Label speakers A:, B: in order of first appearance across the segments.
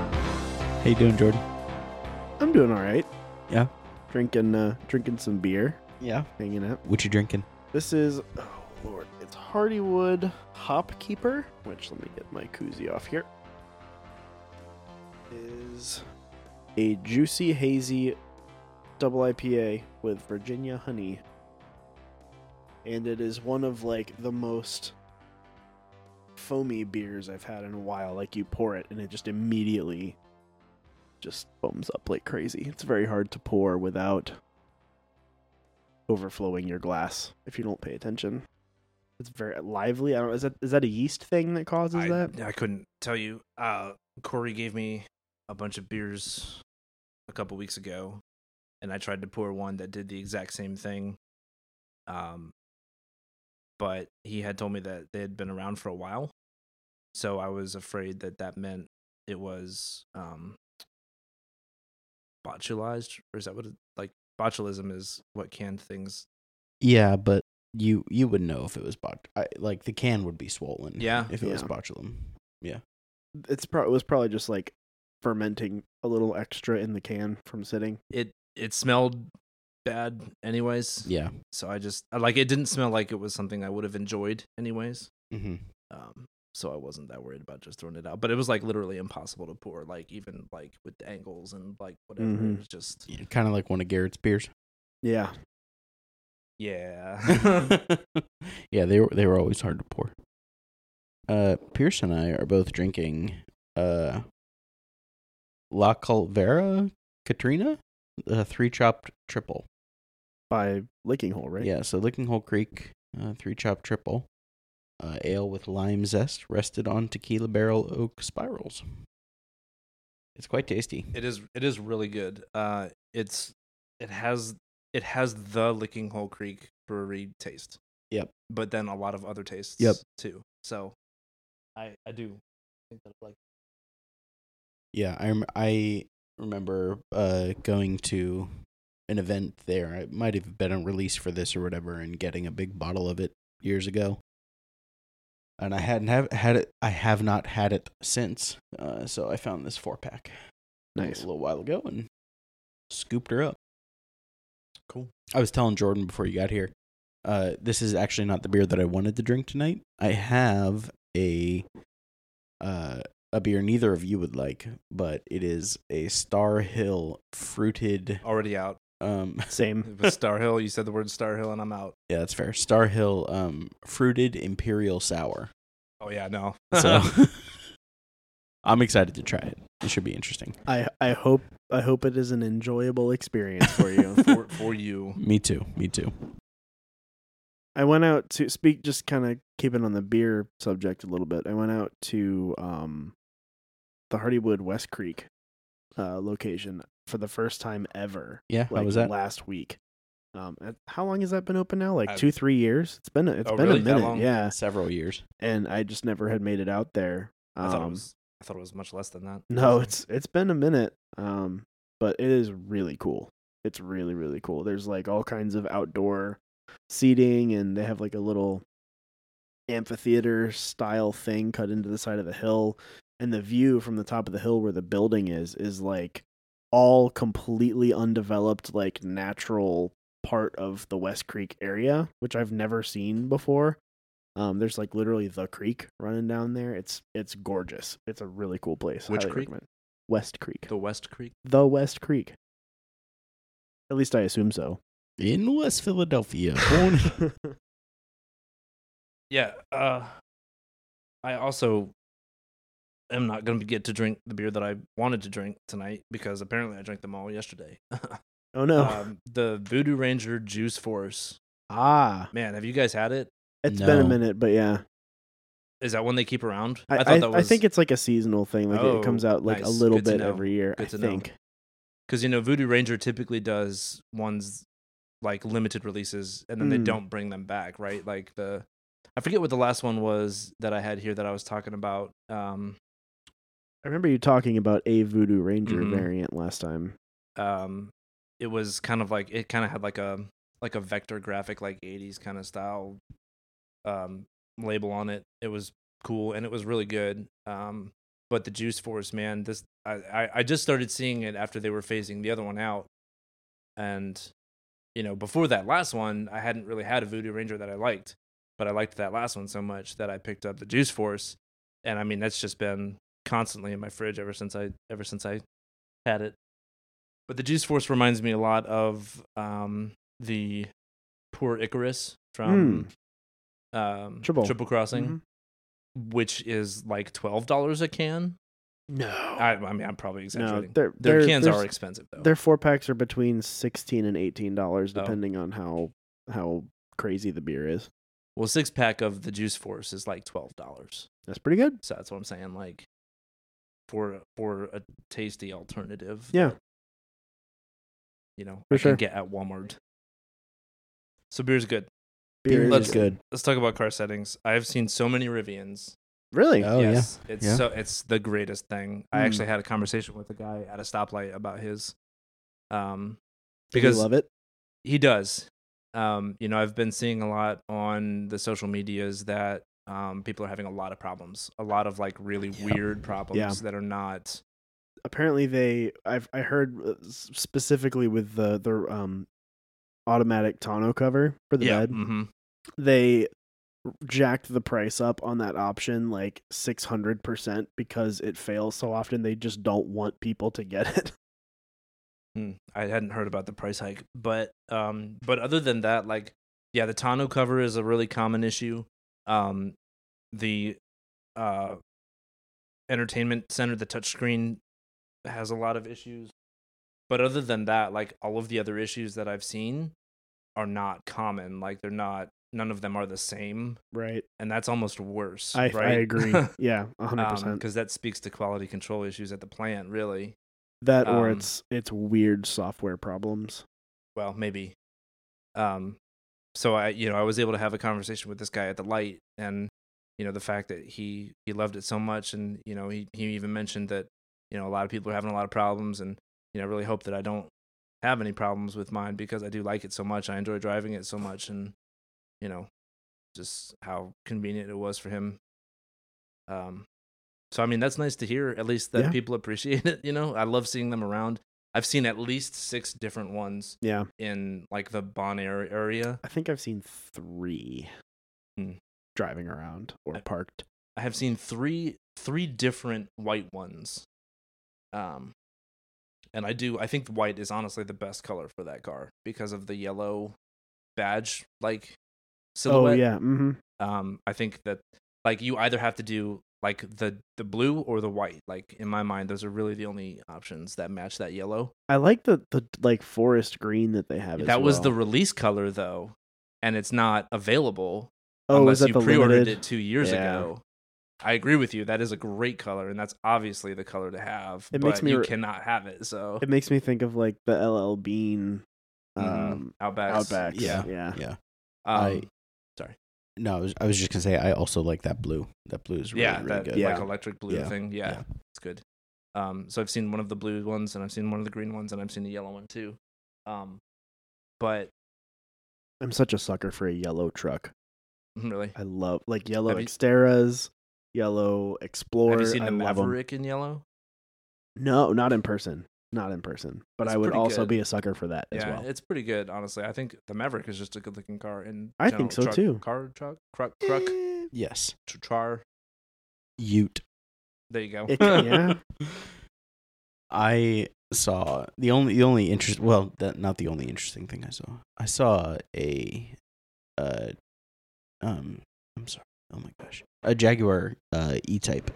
A: How you doing, Jordan?
B: I'm doing all right.
A: Yeah.
B: Drinking, uh, drinking some beer,
A: Yeah.
B: hanging out.
A: What you drinking?
B: This is, oh lord, it's Hardywood Hop Keeper. Which let me get my koozie off here. Is a juicy hazy double IPA with Virginia honey, and it is one of like the most foamy beers I've had in a while. Like you pour it and it just immediately just foams up like crazy. It's very hard to pour without overflowing your glass if you don't pay attention. It's very lively. I don't is that is that a yeast thing that causes
C: I,
B: that?
C: I couldn't tell you. Uh, Corey gave me a bunch of beers a couple weeks ago, and I tried to pour one that did the exact same thing. Um, but he had told me that they had been around for a while, so I was afraid that that meant it was um, botulized, or is that what it, like botulism is? What canned things?
A: Yeah, but you you would know if it was bot. I, like the can would be swollen.
C: Yeah.
A: If it was
B: Yeah.
A: botulum. Yeah.
B: It's pro- it was probably just like fermenting a little extra in the can from sitting.
C: It it smelled bad, anyways.
A: Yeah.
C: so I just I- like it didn't smell like it was something I would have enjoyed anyways.
A: Mm-hmm.
C: Um, so I wasn't that worried about just throwing it out. But it was like literally impossible to pour, like even like with the angles and like whatever.
B: Mhm.
A: Mm-hmm.
C: It was just
A: Kind of like one of Garrett's beers.
B: Yeah.
C: yeah.
A: yeah, they were they were always hard to pour. Uh, Pierce and I are both drinking uh, La Calvera Katrina, the three chopped triple.
B: By licking hole, right?
A: Yeah, so Licking Hole Creek, uh, three chop triple, uh, ale with lime zest rested on tequila barrel oak spirals. It's quite tasty.
C: it is it is really good. Uh, it's it has it has the Licking Hole Creek Brewery taste.
A: Yep.
C: But then a lot of other tastes.
A: Yep.
C: Too. So I I do think that like
A: Yeah, I rem- I remember uh, going to an event there. It might have been a release for this or whatever, and getting a big bottle of it years ago. And I hadn't have had it. I have not had it since. Uh, so I found this four pack a
B: Nice.
A: little while ago and scooped her up.
C: cool.
A: I was telling Jordan before you got here, uh, this is actually not the beer that I wanted to drink tonight. I have a uh, a beer neither of you would like, but it is a Star Hill fruited.
C: Already out.
A: Um,
B: Same.
C: It was Star Hill. You said the word Star Hill, and I'm out.
A: yeah, that's fair. Star Hill um, fruited imperial sour.
C: Oh yeah, no.
A: So I'm excited to try it. It should be interesting.
B: I I hope I hope it is an enjoyable experience for you.
C: for for you,
A: Me too. Me too.
B: I went out to speak just kind of keeping on the beer subject a little bit. I went out to um the Hardywood West Creek uh location for the first time ever.
A: Yeah.
B: Like
A: how was that?
B: last week. Um uh, how long has that been open now? Like
C: Uh,
B: 2 3 years? It's been a, it's
C: oh,
B: been
C: really?
B: a
C: That
B: minute.
C: long?
B: Yeah.
A: Several years.
B: And I just never had made it out there.
C: I thought it
B: Um,
C: was. I thought it was much less than that.
B: No, it's it's been a minute, um, but it is really cool. It's really really cool. There's like all kinds of outdoor seating, and they have like a little amphitheater style thing cut into the side of the hill, and the view from the top of the hill where the building is is like all completely undeveloped, like natural part of the West Creek area, which I've never seen before. Um, there's like literally the creek running down there. It's it's gorgeous. It's a really cool place.
C: Which
B: Highly
C: creek?
B: recommend. West Creek.
C: the West Creek.
B: The West Creek. At least I assume so.
A: In West Philadelphia.
C: Yeah. Uh, I also am not going to get to drink the beer that I wanted to drink tonight because apparently I drank them all yesterday.
B: oh no.
C: um, the Voodoo Ranger Juice Force.
B: ah,
C: Man, have you guys had it?
B: it's been a
A: no.
B: minute, but yeah,
C: Is that one they keep around?
B: I, I, I, think it's like a seasonal thing. Like
C: Oh,
B: it comes out like a
C: nice.
B: little
C: Good to
B: bit
C: know.
B: every year.
C: Good
B: I
C: to know.
B: think.
C: because you know Voodoo Ranger typically does ones like limited releases, and then they
B: Mm.
C: don't bring them back, right? Like the I forget what the last one was that I had here that I was talking about. Um,
B: I remember you talking about a Voodoo Ranger
C: Mhm.
B: variant last time.
C: um, it was kind of like it kind of had like a like a vector graphic, like '80s kind of style um, label on it. It was cool and it was really good. Um, But the Juice Force, man, this I, I, I just started seeing it after they were phasing the other one out. And, you know, before that last one, I hadn't really had a Voodoo Ranger that I liked. But I liked that last one so much that I picked up the Juice Force. And I mean that's just been constantly in my fridge ever since I ever since I had it. But the Juice Force reminds me a lot of um, the poor Icarus from um,
B: Triple.
C: Crossing,
B: Mm-hmm.
C: which is like twelve dollars a can.
B: No,
C: I, I mean, I'm probably
B: no,
C: exaggerating.
B: their
C: Their
B: their-
C: cans
B: their-
C: are expensive though.
B: Their four packs are between sixteen and eighteen dollars,
C: Oh.
B: depending on how how crazy the beer is.
C: Well, six pack of the Juice Force is like twelve dollars.
B: That's pretty good.
C: So that's what I'm saying. Like for for a tasty alternative,
B: Yeah.
C: that, you know,
B: For
C: I
B: sure.
C: can get at Walmart. So beer's good.
A: Beer
B: Beer
A: is
C: Let's-
B: is
A: good.
C: Let's talk about car settings. I've seen so many Rivians
B: really.
A: Oh
C: yes, it's
A: Yeah.
C: so it's the greatest thing. I
B: Mm.
C: actually had a conversation with a guy at a stoplight about his, um,
B: Did you
C: because
B: love it.
C: he does. Um, you know, I've been seeing a lot on the social medias that um, people are having a lot of problems, a lot of like really
A: Yeah.
C: weird problems that are not.
B: Apparently, they I've I heard uh, s- specifically with the the um automatic tonneau cover for the bed.
C: hmm
B: they jacked the price up on that option like 600% because it fails so often they just don't want people to get it
C: Mm, I hadn't heard about the price hike, but um, but other than that, like yeah, the tonneau cover is a really common issue. Um, the uh, entertainment center, the touchscreen has a lot of issues. But other than that, like all of the other issues that I've seen are not common. Like they're not none of them are the same,
B: right
C: and that's almost worse.
B: i,
C: right? Um,
B: I agree yeah 100%
C: because that speaks to quality control issues at the plant, really.
B: that or
C: um,
B: it's it's weird software problems
C: well maybe um so i you know i was able to have a conversation with this guy at the light and you know the fact that he he loved it so much and you know he he even mentioned that you know a lot of people are having a lot of problems and you know I really hope that i don't have any problems with mine because i do like it so much i enjoy driving it so much and you know just how convenient it was for him um so i mean that's nice to hear at least that
B: Yeah.
C: people appreciate it you know i love seeing them around i've seen at least six different ones
B: yeah
C: in like the Bon Air area.
B: i think i've seen three
C: Hmm.
B: driving around or
C: I-
B: parked
C: I have seen three three different white ones. Um and I do I think white is honestly the best color for that car because of the yellow badge like silhouette.
B: oh yeah mm-hmm.
C: Um I think that like you either have to do like the the blue or the white. Like in my mind those are really the only options that match that yellow.
B: i like the the like forest green that they have as
C: that was the
B: well.
C: release color though and it's not available
B: oh is
C: unless
B: that
C: you
B: the
C: pre-ordered
B: limited
C: it two years
B: Yeah.
C: ago. I agree with you. That is a great color, and that's obviously the color to have.
B: It
C: but
B: makes me
C: you
B: re-
C: cannot have it. So
B: it makes me think of like the ll bean
C: Mhm.
B: um
C: Outbacks.
B: Outbacks.
A: Yeah.
B: Yeah.
A: Yeah.
C: Um,
A: I- No, I was, I was just gonna say I also like that blue. That blue is really,
C: yeah,
A: really
C: that
A: good.
C: like
B: Yeah.
C: electric blue
A: Yeah.
C: thing. Yeah,
A: Yeah.
C: it's good. Um, so I've seen one of the blue ones, and I've seen one of the green ones, and I've seen the yellow one too. Um, but
B: I'm such a sucker for a yellow truck.
C: really,
B: I love like yellow
C: Have you-
B: Xteras, yellow Explorer.
C: have you seen
B: I
C: the
B: love 'em.
C: Maverick in yellow?
B: No, not in person. Not in person. But
C: It's
B: I would
C: pretty
B: also
C: good.
B: be a sucker for that as
C: yeah,
B: well.
C: it's pretty good, honestly. I think the Maverick is just a good-looking car. And
B: I think so, too.
C: Car, truck, truck, truck,
A: Eh, Yes.
C: tr- char.
A: Ute.
C: There you go.
B: It- yeah.
A: I saw the only the only interest well that not the only interesting thing I saw. I saw a uh um I'm sorry. Oh my gosh. A Jaguar uh E-Type.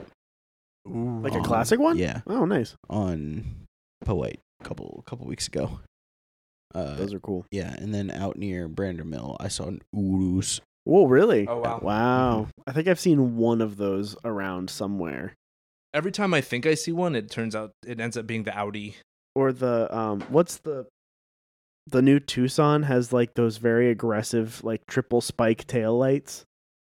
B: Like a
A: on-
B: classic one?
A: Yeah,
B: Oh, nice.
A: on Powhite a couple couple weeks ago. Uh
B: Those are cool.
A: yeah, and then out near Brandermill, I saw an Urus.
B: Whoa, really?
C: Oh, wow.
B: Wow. I think I've seen one of those around somewhere.
C: every time I think I see one, it turns out it ends up being the Audi.
B: Or the um what's the the new Tucson has like those very aggressive like triple spike taillights.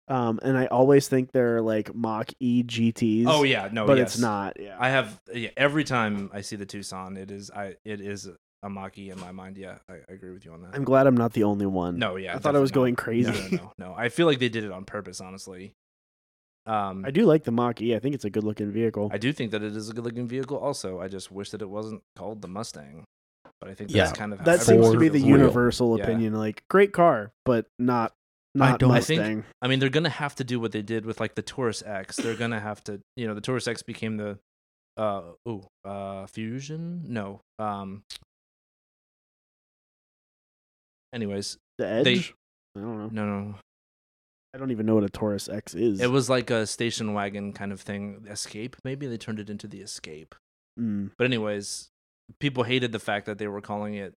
B: Um and I always think they're like Mach E GTs.
C: Oh yeah, no,
B: but
C: yes.
B: it's not. Yeah.
C: I have yeah, every time I see the Tucson, it is I it is a Maki in my mind. Yeah, I, I agree with you on that.
B: I'm glad I'm not the only one.
C: no, yeah,
B: I thought I was
C: definitely
B: going
C: not.
B: crazy.
C: No, no, no, no. I feel like they did it on purpose, honestly. Um,
B: I do like the Mach E. I think it's a good looking vehicle.
C: I do think that it is a good looking vehicle. Also, I just wish that it wasn't called the Mustang. But I think that's
A: Yeah,
C: kind of how
B: that seems to
A: Ford
B: be the
A: wheel.
C: universe.
B: universal
C: Yeah.
B: opinion. Like great car, but not
A: I
B: not
A: don't-
C: I think-
B: Mustang.
C: I mean, they're gonna have to do what they did with like the Taurus X. They're gonna have to, you know, the Taurus X became the, uh, oh, uh, Fusion. No, um. Anyways,
B: the
C: they-
B: Edge. I don't know.
C: no, no,
B: I don't even know what a Taurus X is.
C: it was like a station wagon kind of thing. Escape, maybe they turned it into the Escape.
B: Mm,
C: But anyways, people hated the fact that they were calling it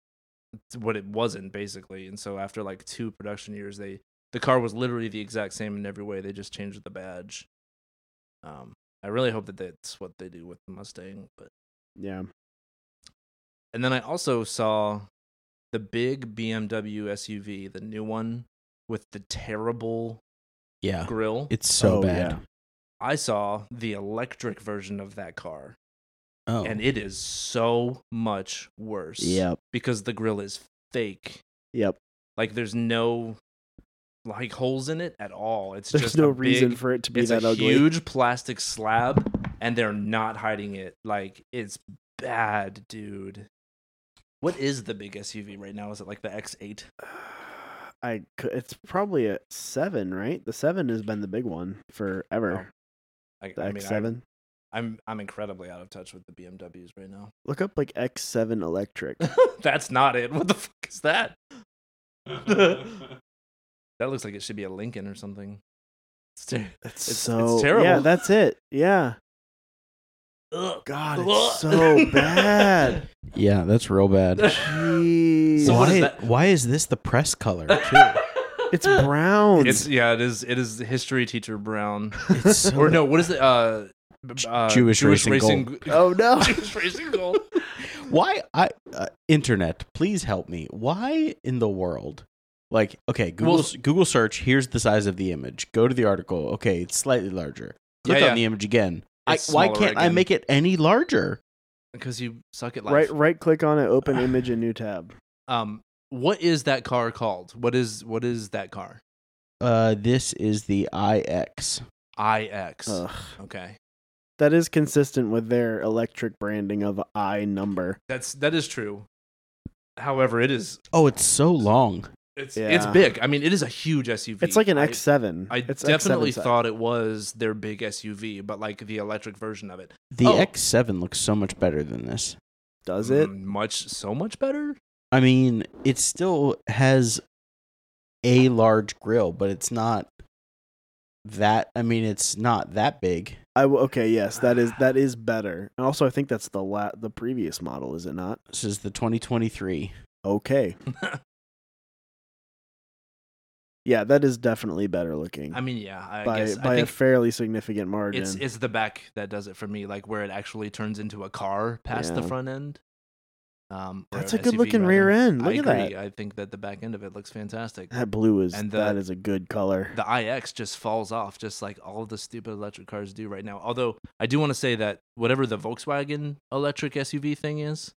C: what it wasn't basically, and so after like two production years, they the car was literally the exact same in every way. They just changed the badge. Um, I really hope that that's what they do with the Mustang. But
B: yeah.
C: and then I also saw the big BMW SUV, the new one with the terrible
A: Yeah.
C: grill.
A: It's so
B: Oh,
A: bad.
B: yeah.
C: I saw the electric version of that car,
A: Oh.
C: and it is so much worse.
B: Yep.
C: because the grill is fake.
B: Yep.
C: Like there's no like holes in it at all. It's
B: There's
C: just
B: no
C: a
B: reason
C: big-
B: for it to be
C: it's
B: that
C: a
B: ugly.
C: huge plastic slab, and they're not hiding it. Like it's bad, dude. What is the big SUV right now? Is it like the X8?
B: I cou- it's probably a seven, right? The seven has been the big one forever.
C: Oh, I,
B: the
C: I
B: X
C: mean, I,
B: seven.
C: I'm I'm incredibly out of touch with the BMWs right now.
B: Look up like X seven electric.
C: That's not it. What the fuck is that? that looks like it should be a Lincoln or something. It's ter-
B: That's
C: it's
B: so Yeah,
C: terrible.
B: that's it. Yeah.
C: Ugh.
B: God,
C: Ugh.
B: it's so bad.
A: Yeah, that's real bad.
B: Jeez.
C: So what is
A: why,
C: that?
A: why is this the press color too?
B: It's brown.
C: It's yeah, it is. It is history teacher Brown.
A: it's so
C: or no, what is it? Uh, b- uh
A: Jewish Racing
C: Gold.
B: oh no.
C: Jewish Racing Gold.
A: Why I uh, internet, please help me. Why in the world? Like, okay, Google
C: Well-
A: Google search, here's the size of the image. Go to the article. Okay, it's slightly larger. Click
C: Yeah, yeah.
A: on the image again. I,
C: It's
A: why
C: smaller
A: can't I
C: again.
A: make it any larger?
C: Because you suck at life.
B: Right right click on it, open image and new tab.
C: Um, what is that car called? What is what is that car?
A: Uh this is the IX.
C: IX.
B: Ugh.
C: Okay,
B: That is consistent with their electric branding of I number.
C: that's that is true. However, it is
A: Oh, it's so long.
C: it's it's
B: Yeah.
C: big. I mean, it is a huge SUV.
B: It's like an
C: I-
B: X seven.
C: I
B: it's
C: definitely
B: X7 size.
C: thought it was their big SUV, but like the electric version of it.
A: The
C: Oh.
A: X7 looks so much better than this.
B: Does it?
C: Mm, much so much better?
A: I mean, it still has a large grill, but it's not that I mean, it's not that big.
B: I w- okay, yes, that is that is better. And also I think that's the la- the previous model, is it not?
A: This is the 2023.
B: Okay. yeah, that is definitely better looking.
C: I mean, yeah, I
B: by
C: guess
B: by
C: I
B: a
C: think
B: fairly significant margin.
C: it's it's the back that does it for me, like where it actually turns into a car past the
B: Yeah.
C: front end. Um, or
B: That's
C: an
B: a good
C: SUV
B: looking
C: rather.
B: rear end. Look
C: I
B: at
C: agree.
B: that.
C: I think that the back end of it looks fantastic.
B: That blue is
C: And the-
B: that is a good color.
C: The iX just falls off, just like all the stupid electric cars do right now. Although I do want to say that whatever the Volkswagen electric SUV thing is,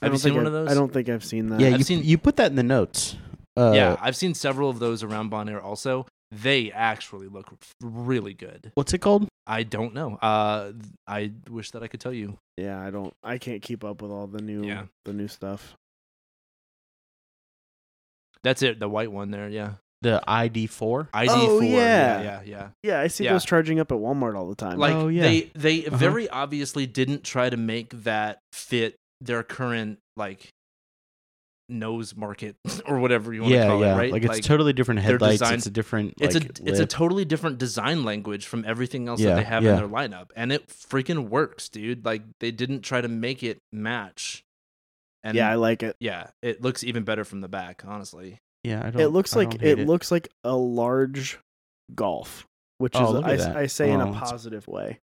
B: I
C: have you
B: don't
C: seen
B: think
C: one
B: I've-
C: of those?
B: I don't think Uh, I've seen that.
A: yeah,
C: I've
A: you,
C: seen-
A: you put that in the notes. Uh,
C: yeah, I've seen several of those around Bon Air. Also, they actually look really good.
A: What's it called?
C: I don't know. Uh, I wish that I could tell you.
B: Yeah, I don't. I can't keep up with all the new
C: Yeah.
B: the new stuff.
C: That's it. The white one there. Yeah.
A: The ID4.
C: ID4.
B: Oh,
C: yeah.
B: yeah.
C: Yeah. Yeah.
B: Yeah, I see
C: Yeah.
B: those charging up at Walmart all the time.
C: Like
A: Oh, yeah.
C: they they
A: Uh-huh.
C: very obviously didn't try to make that fit their current like nose market or whatever you want to
A: yeah,
C: call
A: yeah.
C: it, right?
A: Like it's totally different headlights.
C: designed-
A: it's a different.
C: it's
A: like,
C: a it's a
A: lip.
C: totally different design language from everything else that
A: Yeah,
C: they have in
A: yeah.
C: their lineup, and it freaking works, dude. Like they didn't try to make it match. And
B: yeah, I like it.
C: yeah, it looks even better from the back, honestly.
A: yeah. I don't,
B: It looks
A: I
B: like
A: don't
B: it,
A: hate it
B: looks like a large golf, which
A: Oh,
B: is
A: look at
B: I,
A: that.
B: I say in
A: Oh,
B: a
A: it's-
B: positive way.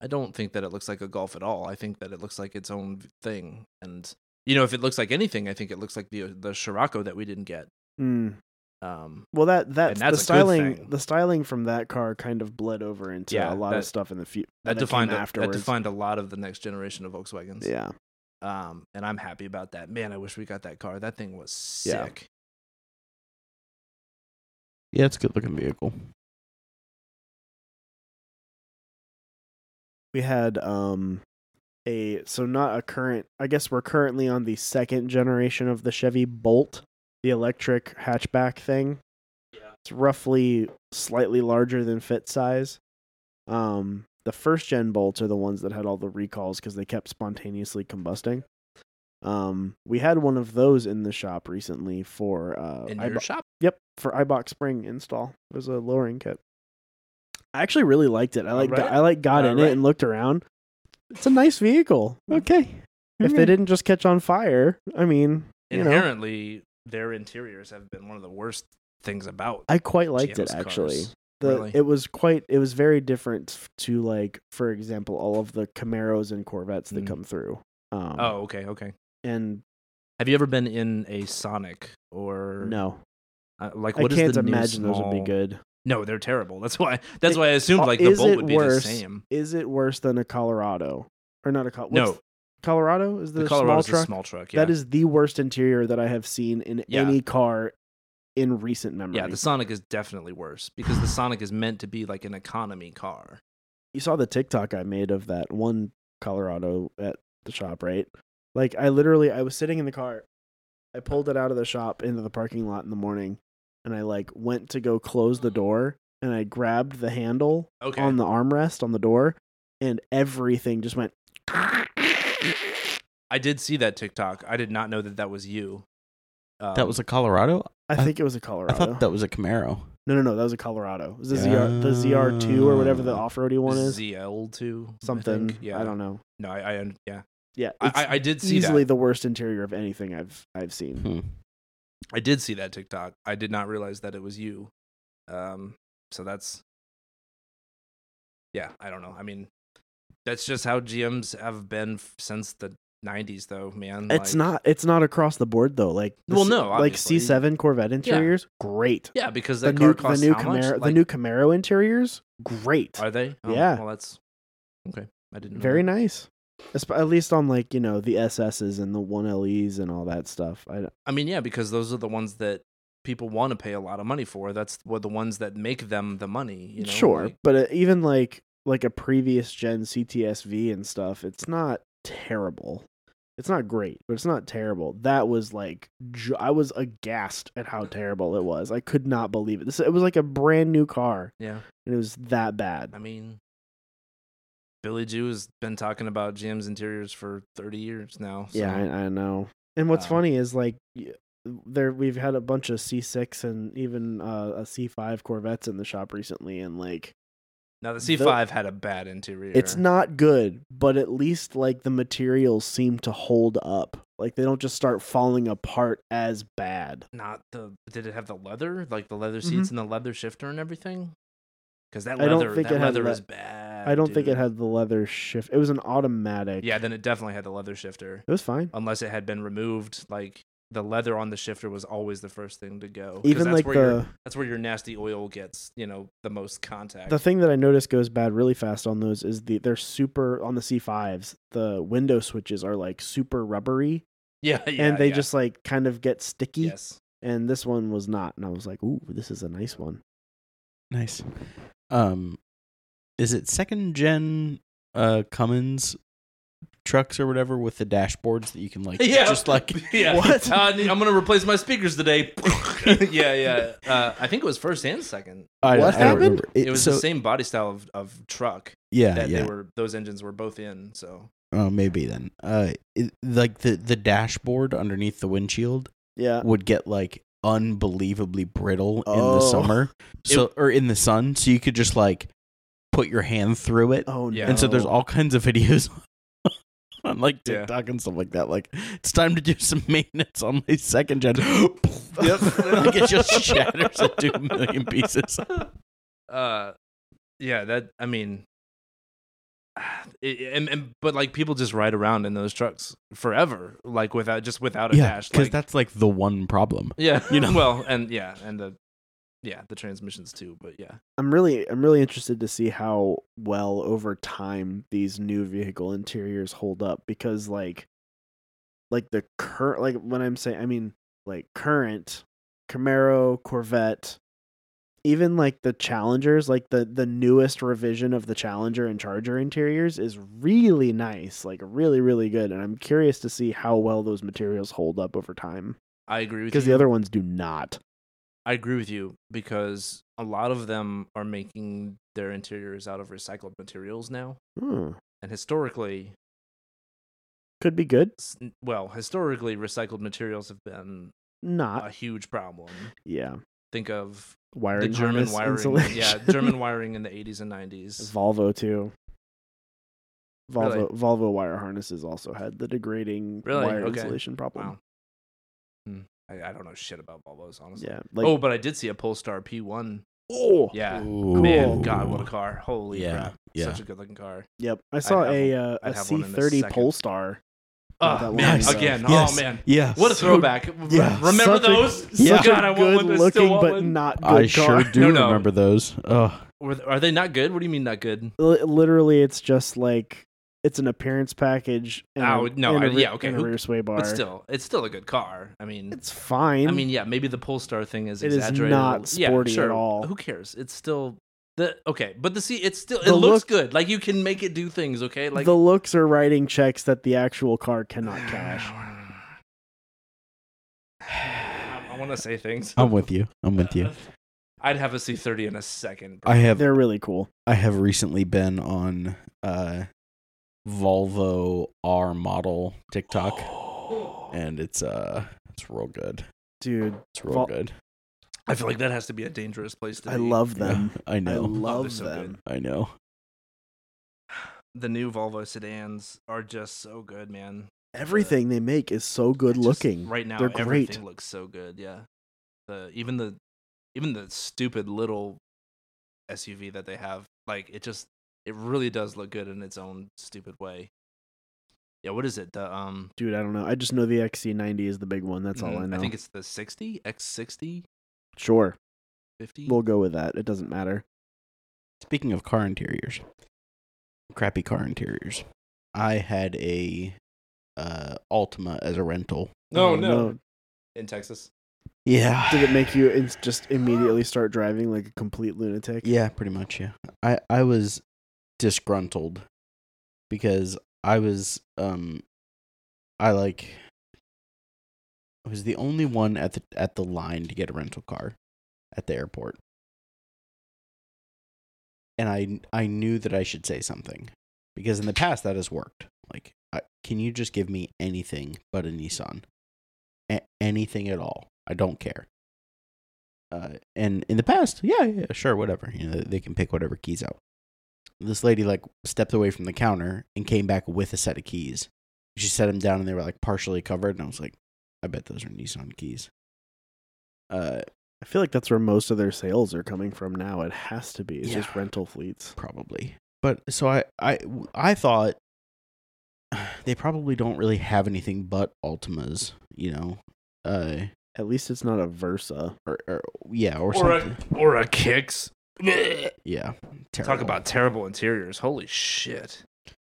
C: I don't think that it looks like a golf at all. I think that it looks like its own thing. And you know, if it looks like anything, I think it looks like the uh, the Scirocco that we didn't get.
B: Mm.
C: Um,
B: Well, that that
C: And that's a
B: the
C: good
B: styling
C: thing.
B: the styling from that car kind of bled over into
C: Yeah,
B: a lot
C: that-
B: of stuff in the future
C: that defined a, that
B: afterwards.
C: defined a lot of the next generation of Volkswagens.
B: yeah,
C: Um, and I'm happy about that. Man, I wish we got that car. That thing was
B: Yeah.
C: sick.
A: Yeah, it's a good looking vehicle.
B: we had um a so not a current I guess we're currently on the second generation of the Chevy Bolt, the electric hatchback thing. It's roughly slightly larger than fit size. Um the first gen bolts are the ones that had all the recalls because they kept spontaneously combusting. Um, we had one of those in the shop recently for uh,
C: in
B: I
C: your
B: bu-
C: shop.
B: Yep, for iBox Spring install. It was a lowering kit. I actually really liked it. I like
C: Alright.
B: I like got in it
C: Alright.
B: and looked around. It's a nice vehicle.
A: Okay.
B: If they didn't just catch on fire, I mean, you know,
C: Inherently, their interiors have been one of the worst things about.
B: I quite liked it
C: GM's
B: actually.
C: cars.
B: The,
C: Really?
B: It was quite. It was very different f- to like, for example, all of the Camaros and Corvettes that
C: Mm.
B: come through. Um,
C: Oh, okay, okay.
B: and
C: Have you ever been in a Sonic or
B: no,
C: Uh, like
B: I
C: what is
B: can't
C: the new
B: imagine those would be
C: small-
B: good.
C: No, they're terrible. That's why. That's
B: It-
C: why I assumed
B: uh,
C: like the
B: is
C: Bolt
B: it
C: would be
B: worse?
C: the same.
B: Is it worse than a Colorado or not a Col- what's-
C: No,
B: Colorado is the,
C: the
B: small
C: Colorado's
B: truck.
C: a small truck. Yeah.
B: That is the worst interior that I have seen in
C: Yeah.
B: any car in recent memory.
C: Yeah, the Sonic is definitely worse because the Sonic is meant to be like an economy car.
B: you saw the TikTok I made of that one Colorado at the shop, right? Like I literally I was sitting in the car. I pulled it out of the shop into the parking lot in the morning and I like went to go close the door and I grabbed the handle
C: Okay.
B: on the armrest on the door and everything just went
C: I did see that TikTok. I did not know that that was you. Um,
A: That was a Colorado?
B: I
A: I-
B: think it was a
A: I
B: Colorado.
A: thought that was a Camaro.
B: no, no, no, that was a Colorado. It was the ZR the ZR2 or whatever the
A: Ah.
B: off-roady one is.
C: ZL2 I
B: something.
C: think. yeah,
B: I don't know.
C: No, I, I un- yeah.
B: Yeah,
C: I,
B: it's
C: I, I did see
B: easily
C: that.
B: the worst interior of anything I've I've seen.
A: Hmm.
C: I did see that TikTok. I did not realize that it was you. Um, so that's yeah. I don't know. I mean, that's just how GMs have been f- since the '90s, though, man.
B: It's
C: Like-
B: not it's not across the board though. Like the
C: Well,
B: C-
C: no,
B: like
C: obviously.
B: C seven Corvette interiors, great.
C: Yeah, because
B: The
C: that car
B: new the
C: costs
B: new
C: how much?
B: Camaro the
C: Like,
B: new Camaro interiors, great,
C: Are they? Oh,
B: Yeah.
C: Well, that's okay. I didn't. Know
B: very
C: that.
B: nice. Esp- At least on like you know the SSs and the one LEs and all that stuff. I don't-
C: I mean, yeah, because those are the ones that people want to pay a lot of money for. That's what the ones that make them the money. You know?
B: sure,
C: Like,
B: but uh, even like like a previous gen CTSV and stuff, it's not terrible. It's not great, but it's not terrible. That was like ju- I was aghast at how terrible it was. I could not believe it. This it was like a brand new car,
C: yeah.
B: and it was that bad.
C: I mean, Billy Jew has been talking about GM's interiors for 30 years now. So.
B: Yeah, I, I know. And what's
C: Um,
B: funny is like y- there we've had a bunch of C6 and even uh, a C5 Corvettes in the shop recently, and like
C: Now the
B: The-
C: C5 had a bad interior.
B: it's not good, but at least like the materials seem to hold up. Like they don't just start falling apart as bad.
C: not the. Did it have the leather? Like the leather seats and the leather shifter and everything? Because that
B: Mm-hmm. I
C: leather,
B: don't think
C: that
B: it had
C: leather
B: le-
C: is bad.
B: I don't think it
C: dude.
B: had the leather shift. It was an automatic.
C: Yeah, then it definitely had the leather shifter.
B: it was fine.
C: unless it had been removed. Like the leather on the shifter was always the first thing to go. Oh, 'cause
B: Even
C: that's
B: like
C: where your-
B: the
C: that's where your nasty oil gets, you know, the most contact.
B: the thing that I noticed goes bad really fast on those is the they're super on the C5s. The window switches are like super rubbery.
C: yeah, yeah,
B: and they
C: yeah.
B: just like kind of get sticky.
C: yes.
B: And this one was not, and I was like, "Ooh, this is a nice one."
A: Nice. Um, is it second gen uh Cummins trucks or whatever with the dashboards that you can like
C: Yeah.
A: just like
C: Yeah.
A: What?
C: Uh, I need- I'm gonna replace my speakers today. yeah, yeah. Uh, I think it was first and second.
A: I,
B: What
A: I don't
B: happened?
A: remember.
C: It was
A: so,
C: the same body style of, of truck
A: Yeah,
C: that
A: yeah.
C: they were. Those engines were both in. So
A: Oh, maybe then. Uh, it, like the the dashboard underneath the windshield
C: Uh.
B: Yeah,
A: would get like unbelievably brittle in the
B: Oh.
A: summer, so or in the sun, so you could just like put your hand through it.
B: Oh
C: Yeah.
B: yeah.
A: And so there's all kinds of videos on like
C: Yeah.
A: TikTok and stuff like that. Like it's time to do some maintenance on my second gen.
C: Yep.
A: like it just shatters into a million pieces.
C: uh yeah that i mean it, and, and but like people just ride around in those trucks forever like without just without a
A: Yeah,
C: dash
A: because
C: like,
A: that's like the one problem.
C: yeah
A: you know.
C: well and yeah and the yeah the transmissions too but yeah
B: I'm really, I'm really interested to see how well over time these new vehicle interiors hold up because, like, like the current, like when I'm saying, I mean, like current Camaro, Corvette, even like the challengers like the the newest revision of the challenger and charger interiors is really nice like really really good and i'm curious to see how well those materials hold up over time
C: I agree with
B: because
C: you.
B: the other ones do not
C: I agree with you because a lot of them are making their interiors out of recycled materials now.
B: hmm.
C: And historically,
B: could be good
C: s- well, historically, recycled materials have been a
B: not
C: huge problem.
B: yeah
C: Think of
B: wiring
C: the German
B: harness
C: wiring,
B: insulation.
C: yeah, German wiring in the 80s and 90s.
B: volvo too volvo
C: Really?
B: volvo wire harnesses also had the degrading
C: Really?
B: wire
C: Okay.
B: insulation problem
C: Wow. Hmm. I, I don't know shit about Volvos, honestly.
B: yeah like
C: oh, but I did see a Polestar P1.
B: oh
C: Yeah.
A: Ooh.
C: Man, God, what a car! Holy
A: Yeah,
C: crap!
A: yeah.
C: Such a good looking car.
B: Yep, I saw
C: have
B: a
C: one-
B: uh, a
C: I'd have one
B: C
C: in a
B: thirty
C: second.
B: Polestar. Not
C: Oh
B: that
C: man,
B: long ago.
C: again.
A: Yes.
C: Oh man,
A: Yeah.
C: what a
A: so-
C: throwback!
A: yeah,
C: Remember
B: such a-
C: those?
A: Yeah.
B: Such
C: God,
B: a
C: I want
B: good
C: one. I still
B: looking,
C: want
B: but
C: one.
B: not good
A: I
B: car.
A: sure do
C: No, no.
A: remember those. Oh,
C: Were- Are they not good? What do you mean not good?
B: Li- Literally, it's just like it's an appearance package. And
C: Oh,
B: a,
C: no,
B: and a
C: I-
B: re-
C: yeah, okay,
B: and a
C: who-
B: rear sway bar.
C: But still, it's still a good car. I mean,
B: it's fine.
C: I mean, yeah, maybe the Polestar thing is
B: It is
C: exaggerated.
B: not
C: a little- yeah,
B: sporty at
C: sure.
B: all.
C: Who cares? It's still the okay, but the see, it's still it
B: The
C: looks
B: look-
C: good. Like you can make it do things. Okay, like
B: the looks are writing checks that the actual car cannot cash.
C: I, want to say things.
A: I'm with you. I'm with you.
C: I'd have a C30 in a second.
A: I have
B: They're really cool.
A: I have recently been on uh Volvo R model TikTok and it's uh it's real good.
B: Dude,
A: It's real
B: Vol-
A: good.
C: I feel like that has to be a dangerous place to
B: I
C: be.
B: love them.
A: I
B: I
A: know.
B: love
C: they're so good.
B: them.
A: I know.
C: the new Volvo sedans are just so good, man.
B: Everything they make is so good
C: Just
B: looking.
C: right now.
B: They're great.
C: Everything looks so good. Yeah, the even the even the stupid little SUV that they have, like it just it really does look good in its own stupid way. Yeah, what is it? The um,
B: Dude, I don't know. I just know the XC90 is the big one. That's all
C: mm,
B: Mm-hmm. I know.
C: I think it's the sixty X 60
B: sure,
C: 50.
B: we'll go with that. It doesn't matter.
A: Speaking of car interiors, crappy car interiors. I had a uh Altima as a rental.
C: no,
B: Oh,
C: no, in Texas.
A: Yeah.
B: Did it make you ins- just immediately start driving like a complete lunatic?
A: Yeah, pretty much. Yeah, I I was disgruntled because I was um I like I was the only one at the at the line to get a rental car at the airport, and I I knew that I should say something because in the past that has worked. Like, I, can you just give me anything but a Nissan, a- anything at all? I don't care uh, and in the past, yeah, yeah, sure, whatever. You know, they can pick whatever keys out. This lady like stepped away from the counter and came back with a set of keys. She set them down, and they were like partially covered. And I was like, I bet those are Nissan keys. Uh,
B: I feel like that's where most of their sales are coming from now. It has to be. It's just
A: Yeah.
B: rental fleets.
A: probably. But so I, I, I thought they probably don't really have anything but Altimas, you know, uh,
B: At least it's not a Versa.
A: or, or yeah, or,
C: Or
A: something.
C: a or a kicks. Talk
A: yeah, terrible.
C: about terrible interiors. Holy shit.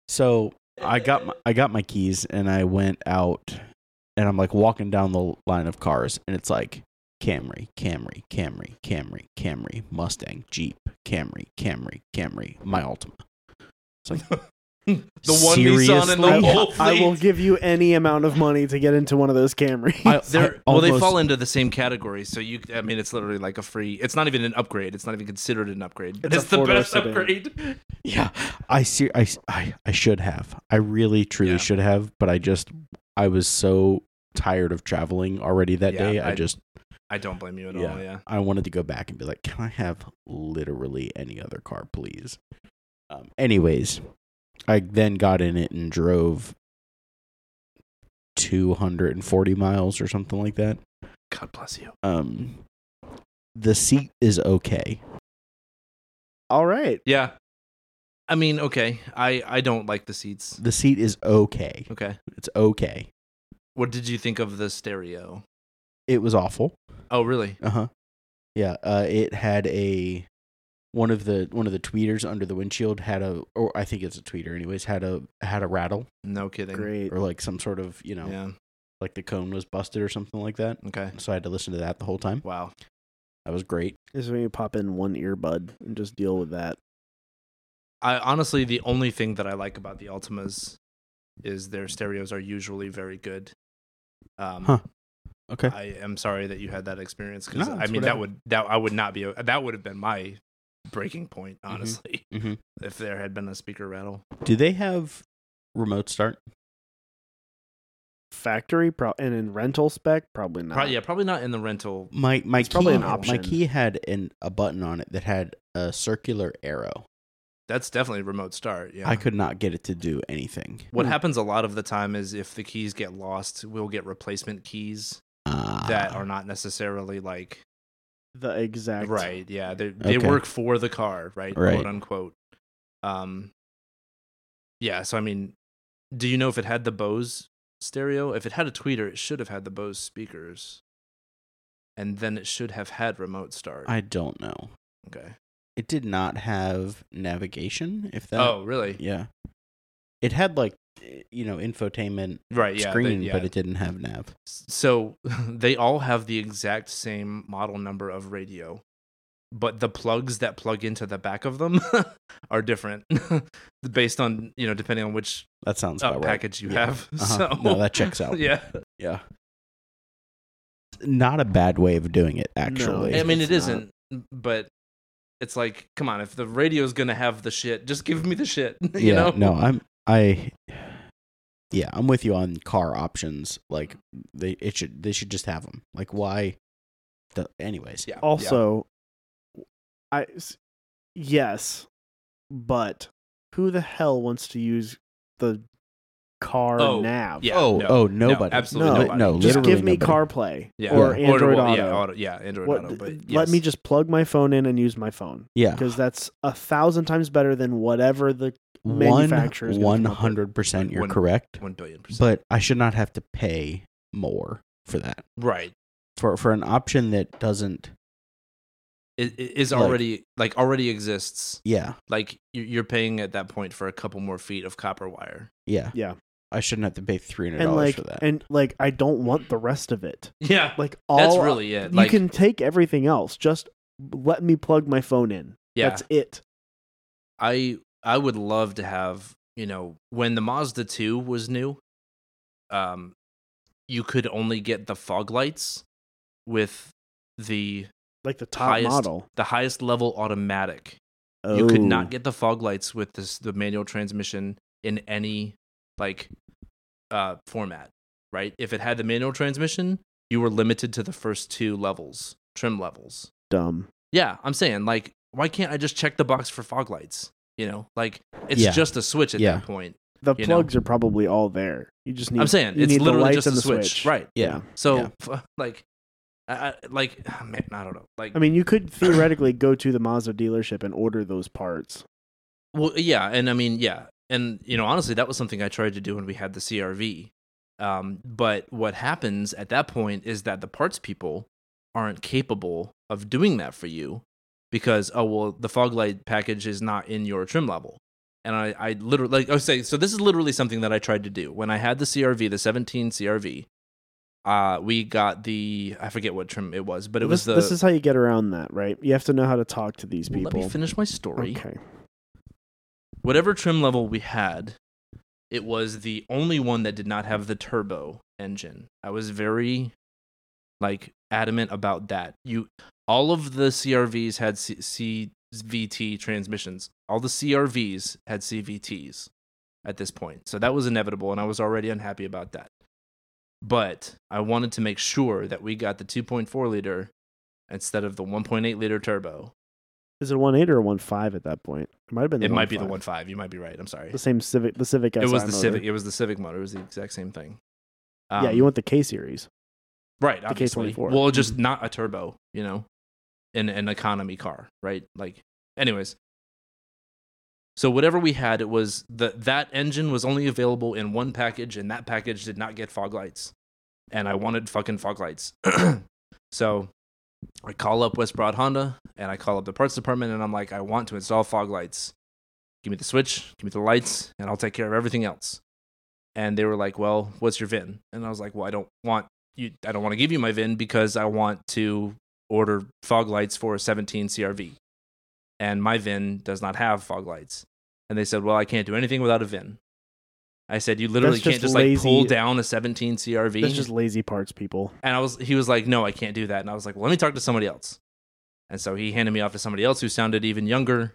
A: So I got my I got my keys and I went out and I'm like walking down the line of cars and it's like Camry, Camry, Camry, Camry, Camry, Mustang, Jeep, Camry, Camry, Camry, my Altima.
C: The one Nissan in
A: Seriously?
C: the whole
B: I
C: fleet.
B: will give you any amount of money to get into one of those Camrys.
A: I-
C: They're, well, they
A: almost-
C: fall into the same category. So you, I mean, it's literally like a free. It's not even an upgrade. It's not even considered an upgrade. But
B: It's a
C: it's, the
B: four-door
C: best
B: sedan.
C: upgrade.
A: Yeah, I see. I, s- I- I should have. I really, truly
C: Yeah.
A: should have. But I just, I was so tired of traveling already that
C: Yeah,
A: day. I,
C: I-
A: just,
C: I don't blame you at all. Yeah,
A: I wanted to go back and be like, can I have literally any other car, please? Um, anyways, I then got in it and drove 240 miles or something like that.
C: God bless you.
A: Um, the seat is okay.
B: All right.
C: Yeah, I mean, okay. I I don't like the seats.
A: The seat is okay.
C: Okay.
A: It's okay.
C: What did you think of the stereo?
A: It was awful.
C: Oh, really?
A: Uh huh. Yeah. Uh, it had a one of the one of the tweeters under the windshield had a, or I think it's a tweeter, anyways, had a had a rattle
C: No kidding.
B: Great.
A: or like some sort of you know
C: Yeah.
A: like the cone was busted or something like that.
C: Okay.
A: So I had to listen to that the whole time.
C: Wow.
A: That was great.
B: Is when you pop in one earbud and just deal with that.
C: I honestly the only thing that I like about the Ultimas is their stereos are usually very good. Um,
A: Huh. Okay.
C: I am sorry that you had that experience because
A: No,
C: I
A: it's
C: mean
A: whatever.
C: that would that I would not be that would have been my breaking point honestly
A: Mhm.
C: if there had been a speaker rattle.
A: Do they have remote start?
B: Factory pro- and in rental spec, probably not.
C: Pro- yeah, probably not in the rental.
A: My my
B: It's probably
A: key,
B: an
A: My
B: option.
A: key had an a button on it that had a circular arrow.
C: That's definitely remote start. Yeah,
A: I could not get it to do anything.
C: What
B: Hmm.
C: happens a lot of the time is if the keys get lost, we'll get replacement keys that
A: Ah.
C: are not necessarily like
B: The exact
C: right. Yeah, they they
A: Okay.
C: work for the car, right?
A: Right.
C: Quote unquote. Um. Yeah. So I mean, do you know if it had the Bose stereo? If it had a tweeter, it should have had the Bose speakers, and then it should have had remote start.
A: I don't know.
C: okay.
A: It did not have navigation. If that.
C: oh, really?
A: Yeah. It had like eh, you know infotainment
C: Right. Yeah. they-
A: screen,
C: yeah.
A: but it didn't have nav.
C: So they all have the exact same model number of radio, but the plugs that plug into the back of them are different based on, you know, depending on which
A: That sounds
C: uh,
A: about right.
C: package you
A: Yeah.
C: have.
A: Uh-huh.
C: So
A: No, that checks out.
C: Yeah.
A: Yeah. Not a bad way of doing it, actually.
B: If
C: I mean,
B: it's
C: it
B: not-
C: isn't, but it's like, come on, if the radio's going to have the shit, just give me the shit, you
A: yeah,
C: know?
A: no, I'm I yeah, I'm with you on car options. Like they it should they should just have them. Like why the anyways.
C: Yeah.
B: Also, I s- yes, but who the hell wants to use the car
C: Oh,
B: nav?
C: yeah.
A: oh,
C: no,
A: oh, nobody.
C: absolutely
A: no,
B: nobody.
A: No,
B: Just
A: literally
B: give me
A: nobody.
B: CarPlay
C: Yeah.
B: or
A: Yeah.
B: Android Auto.
C: Yeah, yeah, Android
B: What-
C: Auto. But
B: Let me
C: yes.
B: just plug my phone in and use my phone
A: Yeah.
B: because that's a thousand times better than whatever the
A: One
B: manufacturer's gonna
A: one
B: come up with-
A: hundred percent you're
C: One-
A: correct.
C: 1 billion percent.
A: But I should not have to pay more for that.
C: right.
A: For for an option that doesn't
C: It, it is
A: Like-
C: already, like, already exists.
A: yeah,
C: like you- you're paying at that point for a couple more feet of copper wire.
A: yeah.
B: yeah
A: I shouldn't have to pay three hundred
B: and
A: dollars
B: like
A: for that.
B: and like I don't want the rest of it.
C: Yeah,
B: Like all
C: that's really it.
B: you
C: Like,
B: can take everything else. Just let me plug my phone in.
C: yeah,
B: That's it.
C: I I would love to have you know when the Mazda two was new, um, you could only get the fog lights with the
B: Like the top
C: Highest-
B: model.
C: the highest level automatic. You could
B: Oh.
C: not get the fog lights with this the manual transmission in any like uh format, right? If it had the manual transmission, you were limited to the first two levels, trim levels.
B: dumb.
C: Yeah, I'm saying like, why can't I just check the box for fog lights? You know, like it's
A: Yeah.
C: just a switch at
A: Yeah.
C: that point.
B: The
C: you know.
B: plugs are probably all there. You just need.
C: I'm saying
B: you
C: it's
B: need the
C: literally
B: lights
C: just a
B: and the
C: switch. right?
A: yeah.
C: So
A: Yeah.
C: f- like, I, I, like ah, man, I don't know. Like,
B: I mean, you could theoretically go to the Mazda dealership and order those parts.
C: well, yeah, and I mean, yeah, and you know, honestly, that was something I tried to do when we had the CRV. Um, but what happens at that point is that the parts people aren't capable of doing that for you because oh well the fog light package is not in your trim level and i, I literally like i say so this is literally something that i tried to do when i had the crv the 17 crv uh we got the i forget what trim it was but it
B: this,
C: was the
B: this is how you get around that, right? You have to know how to talk to these
C: Well,
B: people.
C: let me finish my story
B: okay.
C: whatever trim level we had, it was the only one that did not have the turbo engine. I was very like adamant about that. You all of the CRVs had C- CVT transmissions. All the CRVs had CVTs at this point. So that was inevitable and I was already unhappy about that. But I wanted to make sure that we got the 2.4 liter instead of the 1.8 liter turbo.
B: Is it one eight or one five at that point? It might have been. The
C: It might be the
B: 1.5.
C: 1.5. You might be right. I'm sorry.
B: The same Civic. The Civic.
C: it
B: SI
C: was the
B: motor.
C: civic it was the civic motor it was the exact same thing um,
B: yeah, you want the K series.
C: right obviously
B: K24.
C: well just not a turbo you know in an economy car right like anyways so whatever we had it was the that engine was only available in one package and that package did not get fog lights and i wanted fucking fog lights so i call up west broad honda and i call up the parts department and i'm like i want to install fog lights give me the switch give me the lights and i'll take care of everything else and they were like well what's your vin and i was like well i don't want you I don't want to give you my VIN because I want to order fog lights for a 17 CRV, and my VIN does not have fog lights. And they said, well, I can't do anything without a VIN. I said, you literally
B: That's
C: can't
B: just
C: just like pull
B: lazy-
C: down a 17 CRV.
B: That's just lazy parts, people.
C: And I was, he was like, no, I can't do that. And I was like, well, let me talk to somebody else. And so he handed me off to somebody else who sounded even younger.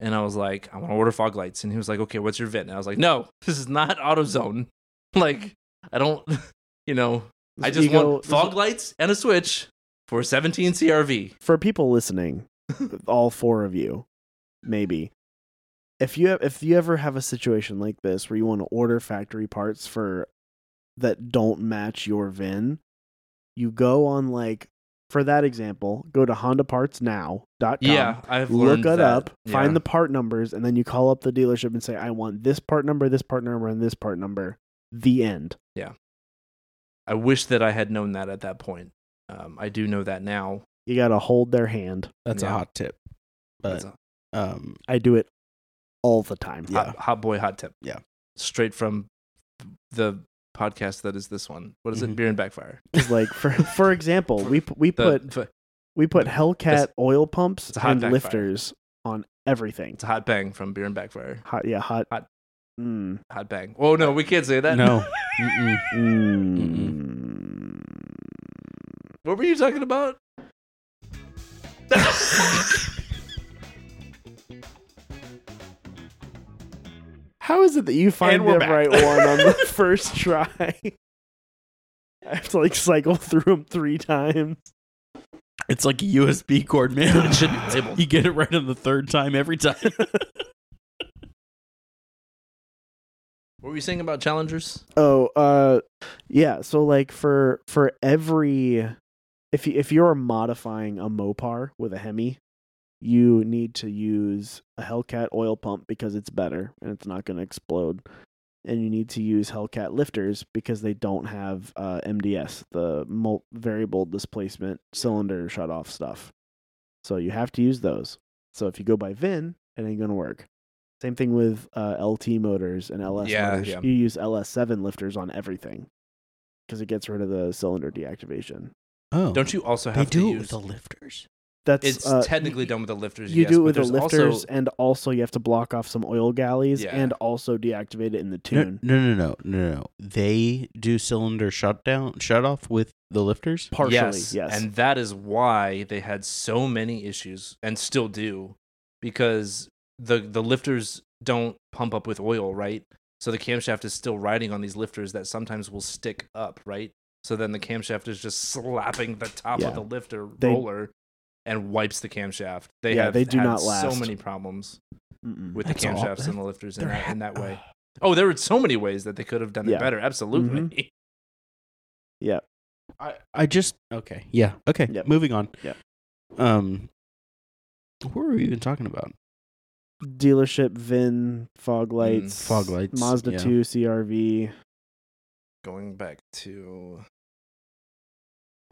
C: And I was like, I want to order fog lights. And he was like, okay, what's your VIN? And I was like, no, this is not AutoZone. Like, I don't, you know, I
B: This
C: just
B: ego-
C: want
B: this-
C: fog lights and a switch for 17 CRV.
B: for people listening, all four of you, maybe. If you have, if you ever have a situation like this where you want to order factory parts for that don't match your VIN, you go on like for that example, go to hondapartsnow.com.
C: Yeah, I've
B: Look
C: learned
B: it
C: that.
B: up,
C: Yeah.
B: find the part numbers, and then you call up the dealership and say, "I want this part number, this part number, and this part number." The end.
C: I wish that I had known that at that point. Um, I do know that now.
B: You gotta hold their hand.
A: That's
C: Yeah.
A: a hot tip.
C: That's
A: But
C: a
A: um,
B: I do it all the time.
A: yeah,
C: hot, hot boy hot tip.
A: Yeah.
C: Straight from the podcast that is this one. What is it?
A: Mhm.
C: Beer and Backfire.
B: It's like for for example, we p- we
C: The-
B: put
C: f-
B: We put
C: That's-
B: Hellcat oil pumps
C: that's a hot
B: and
C: backfire.
B: lifters on everything.
C: it's a hot bang from Beer and Backfire.
B: Hot, yeah, hot.
C: Hot.
B: Mm,
C: Hot bang. Oh no, we can't say that.
A: no, Mm-mm.
B: mm.
C: What were you talking about?
B: How is it that you find
C: And we're
B: the
C: back.
B: right one on the first try? I have to like cycle through them three times.
A: it's like a USB cord, man.
C: It should be labeled.
A: you get it right on the third time every time.
C: What were you saying about challengers?
B: Oh, uh, yeah. So like for for every, if you, if you're modifying a Mopar with a Hemi, you need to use a Hellcat oil pump because it's better and it's not going to explode, and you need to use Hellcat lifters because they don't have uh, MDS, the mul- variable displacement cylinder shutoff stuff. So you have to use those. So if you go by VIN, it ain't gonna work. Same thing with uh, LT motors and LS
C: Yeah,
B: motors.
C: yeah.
B: You use LS7 lifters on everything because it gets rid of the cylinder deactivation.
A: Oh,
C: Don't you also
A: they
C: have
A: do
C: to
A: it
C: use?
A: with the lifters?
B: That's
C: it's
B: uh,
C: technically done with the lifters.
B: You
C: yes,
B: do
C: but
B: it with the
C: there's
B: lifters,
C: Also,
B: and also you have to block off some oil galleys,
C: Yeah.
B: and also deactivate it in the
A: No,
B: tune.
A: no, no, no, no, no. They do cylinder shutdown, shut off with the lifters.
B: Partially,
C: yes,
B: yes.
C: and that is why they had so many issues and still do, because the the lifters don't pump up with oil, right? So the camshaft is still riding on these lifters that sometimes will stick up, right? So then the camshaft is just slapping the top
B: Yeah.
C: of the lifter
B: They-
C: roller and wipes the camshaft. They
B: Yeah,
C: have
B: they do
C: had
B: not
C: so
B: last. Mm,
C: many problems
B: Mm-mm.
C: with
A: That's
C: the
A: all-
C: camshafts and the lifters in
A: They're
C: that, in that
A: ha-
C: way. Oh, there were so many ways that they could have done
B: Yeah. Mm-hmm.
C: it better. Absolutely.
A: I, I just okay. Yeah. Okay.
B: Yep.
A: Moving on.
B: Yep.
A: Um what were we even talking about?
B: dealership VIN
C: Mm.
B: fog lights,
A: fog lights,
B: Mazda
A: yeah.
B: 2 CRV.
C: Going back to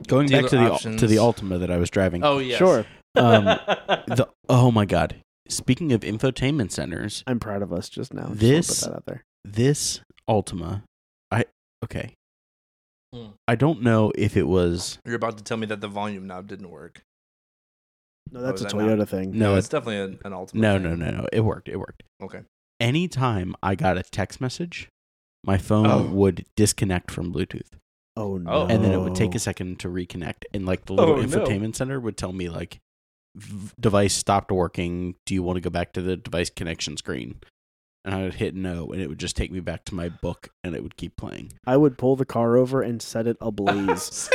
A: Going
C: Dealer
A: back to the
C: options.
A: to the Ultima that I was driving.
C: oh yes,
B: Sure,
A: Um the oh my god. Speaking of infotainment centers,
B: I'm proud of us just now. Just wanna
A: This-
B: put that out there.
A: this Ultima I okay.
C: Hmm.
A: I don't know if it was
C: You're about to tell me that the volume knob didn't work.
B: No, that's a
C: was Oh, that not-
B: Toyota thing.
A: no
C: Yeah,
A: it,
C: it's definitely an, an ultimate.
A: no
C: thing.
A: no no no it worked it worked.
C: Okay.
A: Anytime I got a text message, my phone
C: Oh.
A: would disconnect from Bluetooth.
B: Oh
C: Oh.
B: no!
A: and then it would take a second to reconnect and like the
C: Oh,
A: little
C: no.
A: infotainment center would tell me like v- device stopped working do you want to go back to the device connection screen and i would hit no and it would just take me back to my book and it would keep playing
B: I would pull the car over and set it ablaze.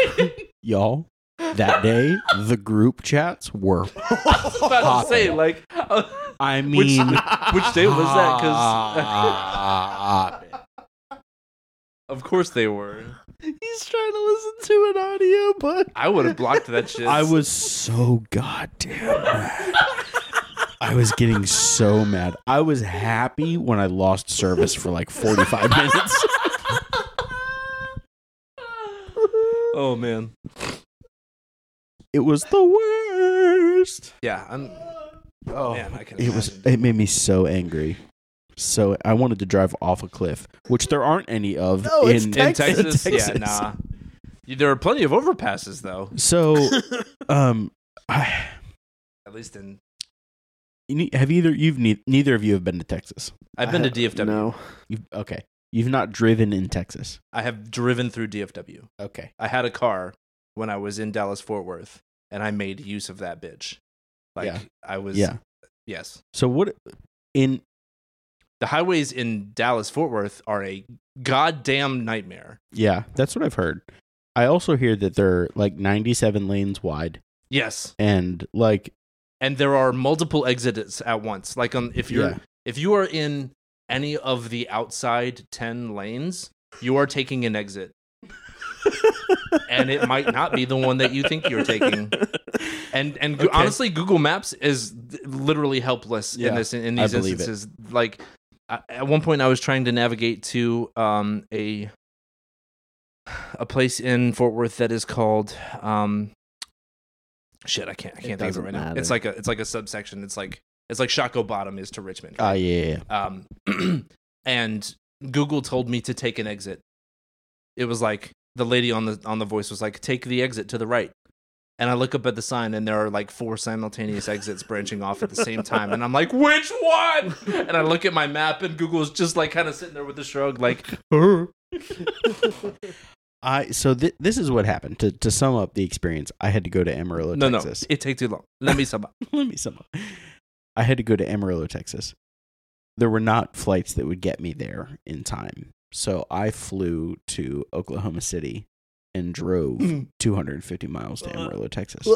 A: y'all that day the group chats were
C: I was about to say
A: Hopping.
C: like,
A: i mean
C: which day was that? Because
A: Stop it.
C: of course they were.
A: he's trying to listen to an audio book
C: I would have blocked that shit.
A: I was so goddamn mad. I was getting so mad. I was happy when I lost service for like 45 minutes.
C: Oh man.
A: It was the worst.
C: Yeah, I'm.
A: Oh,
C: man, I can.
A: it was
C: imagine.
A: it made me so angry. So I wanted to drive off a cliff, which there aren't any of
B: No, it's
A: in
C: in
B: Texas.
C: Texas. Yeah, nah. There are plenty of overpasses, though.
A: So, um, I,
C: At least in
A: you need- have either you've ne- neither of you have been to Texas.
C: I've
B: I
C: been to
B: ha-
C: DFW.
B: No.
A: You've, okay, you've not driven in Texas.
C: I have driven through DFW.
A: Okay,
C: I had a car when I was in Dallas Fort Worth, and I made use of that bitch. Like
A: Yeah.
C: I was.
A: yeah.
C: Yes.
A: So what in
C: The highways in Dallas Fort Worth are a goddamn nightmare.
A: yeah, that's what I've heard. I also hear that they're like 97 lanes wide
C: Yes,
A: and like
C: and there are multiple exits at once. Like um, if you're
A: Yeah.
C: if you are in any of the outside ten lanes, you are taking an exit, and it might not be the one that you think you're taking. And and go-
A: Okay.
C: honestly, Google Maps is th- literally helpless in
A: Yeah,
C: this in
A: I
C: these
A: believe it.
C: instances. Like I, at one point, I was trying to navigate to um a a place in Fort Worth that is called um shit. I can't I
B: It
C: can't think of it
B: doesn't
C: right now.
B: matter.
C: It's like a it's like a subsection. It's like it's like Shaco Bottom is to Richmond.
A: ah yeah, yeah, yeah.
C: Um, and Google told me to take an exit. It was like the lady on the on the voice was like, "Take the exit to the right." And I look up at the sign, and there are like four simultaneous exits branching off at the same time. And I'm like, "Which one?" And I look at my map, and Google's just like kind of sitting there with a shrug, like,
A: I so th- this is what happened. To to sum up the experience, I had to go to Amarillo,
C: "No, no,
A: Texas.
C: it takes too long. Let me sum up."
A: Let me sum up. I had to go to Amarillo, Texas. There were not flights that would get me there in time, so I flew to Oklahoma City and drove 250 miles to Amarillo, Texas.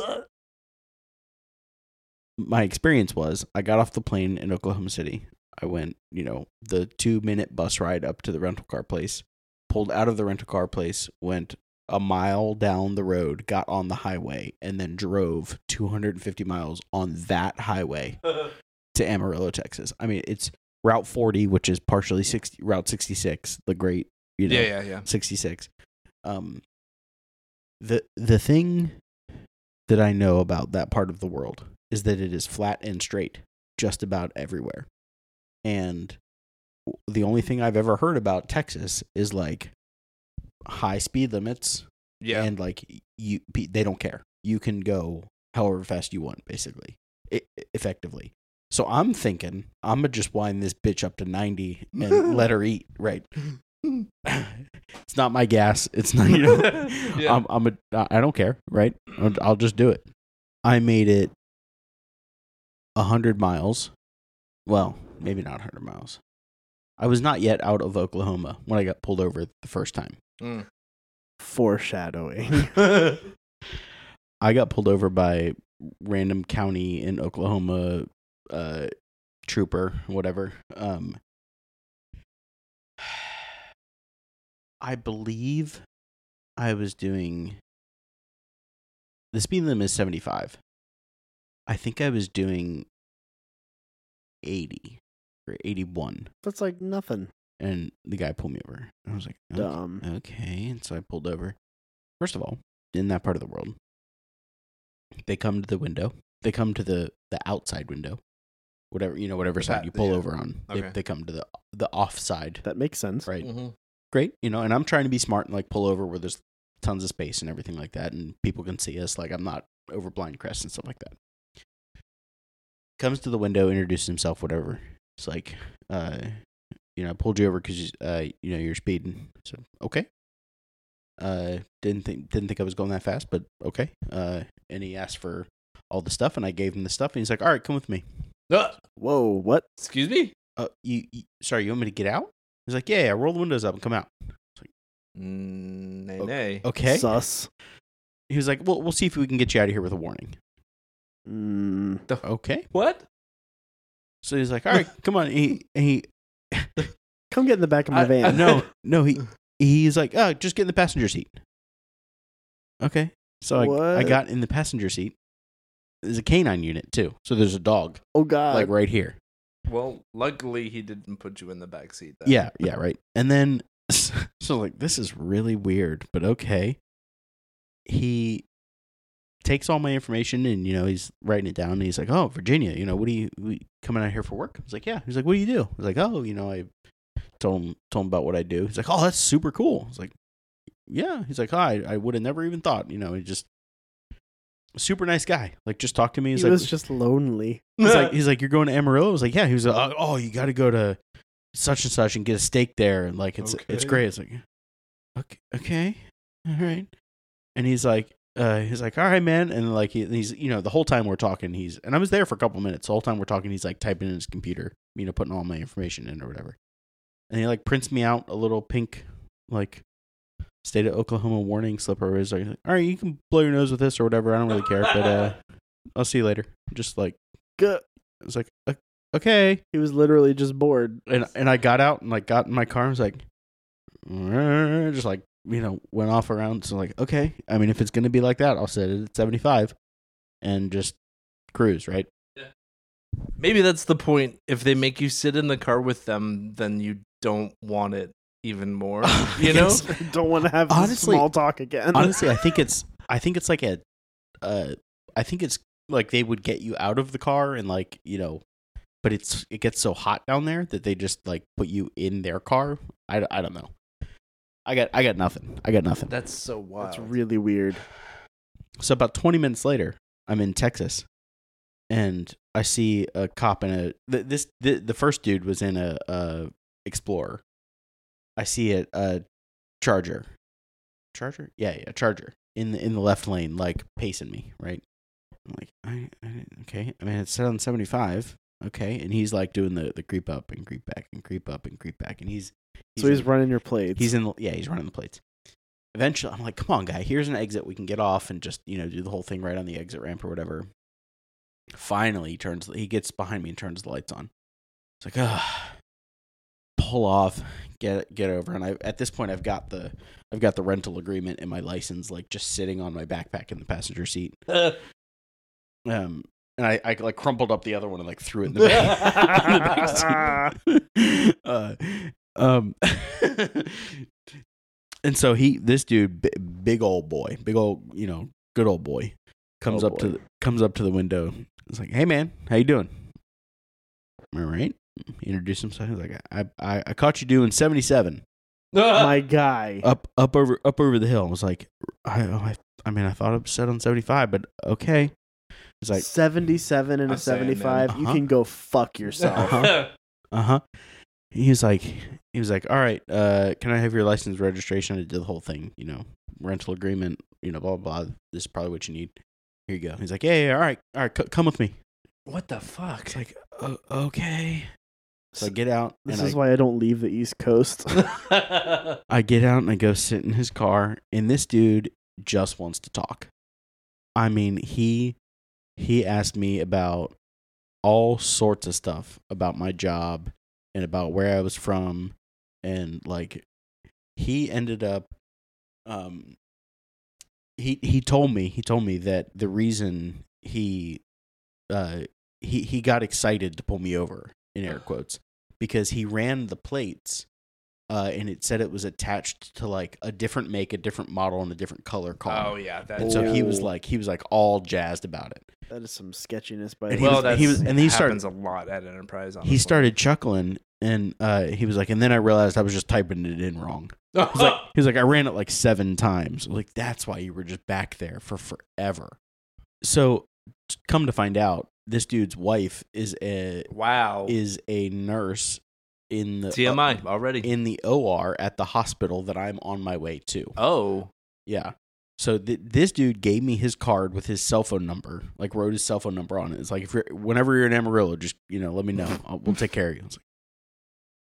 A: My experience was I got off the plane in Oklahoma City. I went, you know, the two minute bus ride up to the rental car place, pulled out of the rental car place, went a mile down the road, got on the highway, and then drove 250 miles on that highway to Amarillo, Texas. I mean, it's Route 40, which is partially 60, Route 66, the great, you know,
C: yeah, yeah, yeah.
A: 66 um the the thing that i know about that part of the world is that it is flat and straight just about everywhere and w- the only thing i've ever heard about texas is like high speed limits
C: Yeah,
A: and like you pe- they don't care you can go however fast you want basically e- effectively so i'm thinking i'm gonna just wind this bitch up to 90 and let her eat right it's not my gas it's not you know
C: Yeah.
A: I'm, I'm a, I don't care, right? I'll, I'll just do it. I made it 100 miles. Well, maybe not 100 miles. I was not yet out of Oklahoma when I got pulled over the first time.
C: Mm,
B: Foreshadowing.
A: I got pulled over by random county in Oklahoma uh, trooper, whatever. Um, I believe I was doing the speed limit is 75. I think I was doing 80 or 81
B: That's like nothing.
A: and the guy pulled me over. I was like, "Okay,
B: Dumb.
A: Okay, and so I pulled over. First of all, in that part of the world, they come to the window. They come to the the outside window, whatever you know, whatever
C: The
A: side
C: pa-
A: you pull
C: yeah.
A: over on. They,
C: Okay.
A: they come to the the off side,
B: That makes sense.
A: right?
C: Mhm.
A: Great, you know. And I'm trying to be smart and like pull over where there's tons of space and everything like that, and people can see us. Like I'm not over blind crests and stuff like that. Comes to the window, introduces himself, whatever. It's like, uh, you know, I pulled you over because uh, you know you're speeding. So okay. Uh, didn't think didn't think I was going that fast, but okay. Uh, and he asked for all the stuff, and I gave him the stuff, and he's like, "All right, come with me."
C: Uh,
B: Whoa, what?
C: excuse me.
A: Uh, you, you sorry, you want me to get out? He's like, "Yeah, yeah, roll the windows up and come out."
C: Mm, nay,
A: Oh,
C: nay.
A: Okay.
B: Sus.
A: he was like, "Well, we'll see if we can get you out of here with a warning."
B: Mm,
A: Okay.
C: What?
A: So he's like, "All right, come on." He he
B: come get in the back of my
C: I-
B: van.
C: I know.
A: no no he he's like, "Oh, just get in the passenger seat." Okay. So I, I
B: What?
A: got in the passenger seat. There's a canine unit too, so there's a dog
B: Oh god.
A: like right here.
C: Well, luckily he didn't put you in the back seat. Then.
A: Yeah, yeah, right. And then so like this is really weird, but okay. He takes all my information and you know he's writing it down and he's like, "Oh, Virginia, you know, what do you we coming out here for work?" I was like, "Yeah." He's like, "What do you do?" I was like, "Oh, you know, I told him told him about what I do." He's like, "Oh, that's super cool." I was like, yeah, he's like, hi, I would have never even thought, you know, he just super nice guy. Like just talked to me. He's
B: he
A: like,
B: was just lonely.
A: he's like, he's like, you're going to Amarillo. I was like, yeah. He was like, oh, you got to go to such and such and get a steak there, and like it's it's
C: Okay.
A: great. It's like, okay, okay, all right. And he's like, uh, he's like, all right, man. And like he, he's you know the whole time we're talking, he's and I was there for a couple minutes. The whole time we're talking, he's like typing in his computer, you know, putting all my information in or whatever. And he like prints me out a little pink like state of Oklahoma warning slip or he's like, all right, you can blow your nose with this or whatever. I don't really care, but uh, I'll see you later. Just like.
B: Gah.
A: I was like, "O- okay.
B: He was literally just bored.
A: And and I got out and like got in my car and was like, "Rrrr," just like you know went off around. So like, okay. I mean, if it's gonna be like that, I'll set it at seventy five, and just cruise right.
C: Maybe that's the point. If they make you sit in the car with them, then you don't want it even more. You know?
A: Yes.
B: Don't want to have this
A: Honestly-
B: small talk again.
A: Honestly, I think it's I think it's like a, uh, I think it's like they would get you out of the car and like you know, but it's it gets so hot down there that they just like put you in their car. I, I don't know. I got I got nothing. I got nothing.
C: That's so wild.
B: That's really weird.
A: So about 20 minutes later, I'm in Texas, and I see a cop in a th- this th- the first dude was in a, a Explorer. I see a, a Charger, Charger, yeah, yeah, Charger in the in the left lane, like pacing me, right. I'm like, I, I didn't- okay. I mean, it's set on 75, okay, and he's like doing the the creep up and creep back and creep up and creep back, and he's,
B: so he's
A: in-
B: running your plates.
A: He's in. the- Yeah, he's running the plates. Eventually, I'm like, "Come on, guy. Here's an exit. We can get off and just you know do the whole thing right on the exit ramp or whatever." Finally, he turns. He gets behind me and turns the lights on. It's like, ah, pull off, get get over. And I at this point, I've got the I've got the rental agreement and my license like just sitting on my backpack in the passenger seat. Um, and I, I like crumpled up the other one and like threw it in the back. in the back seat uh, um, and so he, this dude, b- big old boy, big old, you know, good old boy, comes
B: Oh,
A: up to
B: boy.
A: the, comes up to the window. It's like, hey man, how you doing? All right. Introduce himself. He's like, I, I, I caught you doing seventy seven
B: my guy.
A: up, up over, up over the hill. I was like, I, oh, I, I mean, I thought it was set on seventy five, but okay. It's like,
B: 77 and a
C: I'm saying, man.
B: 75. You
A: Uh-huh.
B: can go fuck yourself.
A: Uh huh. He was like, he was like, all right, uh, can I have your license registration? I did the whole thing, you know, rental agreement, you know, blah blah. blah. This is probably what you need. Here you go. He's like, yeah, yeah, all right, all right, c- come with me.
C: What the fuck?
A: It's like, o- okay. So I get out.
B: This
A: and
B: is
A: I,
B: why I don't leave the East Coast.
A: I get out and I go sit in his car, and this dude just wants to talk. I mean, he he asked me about all sorts of stuff about my job and about where I was from, and like he ended up, um, he he told me he told me that the reason he, uh, he he got excited to pull me over in air quotes because he ran the plates uh, and it said it was attached to like a different make, a different model, and a different color car.
C: oh yeah, that's
A: and so he was
B: Oh.
A: like, he was like all jazzed about it.
B: that is some sketchiness by
A: And
B: the
A: he
C: well,
A: was-
C: that's,
A: he was- and then he
C: happens a lot at Enterprise.
A: He
C: honestly.
A: started chuckling, and uh, he was like, and then I realized I was just typing it in wrong. He's like, he was like, I ran it like seven times. I'm Like that's why you were just back there for forever. So, t- come to find out, this dude's wife is a
C: wow.
A: is a nurse in the uh,
C: TMI already.
A: in the OR at the hospital that I'm on my way to.
C: oh,
A: Yeah. So th- this dude gave me his card with his cell phone number, like wrote his cell phone number on it. It's like if you're whenever you're in Amarillo, just you know, let me know. I'll, we'll take care of you. I was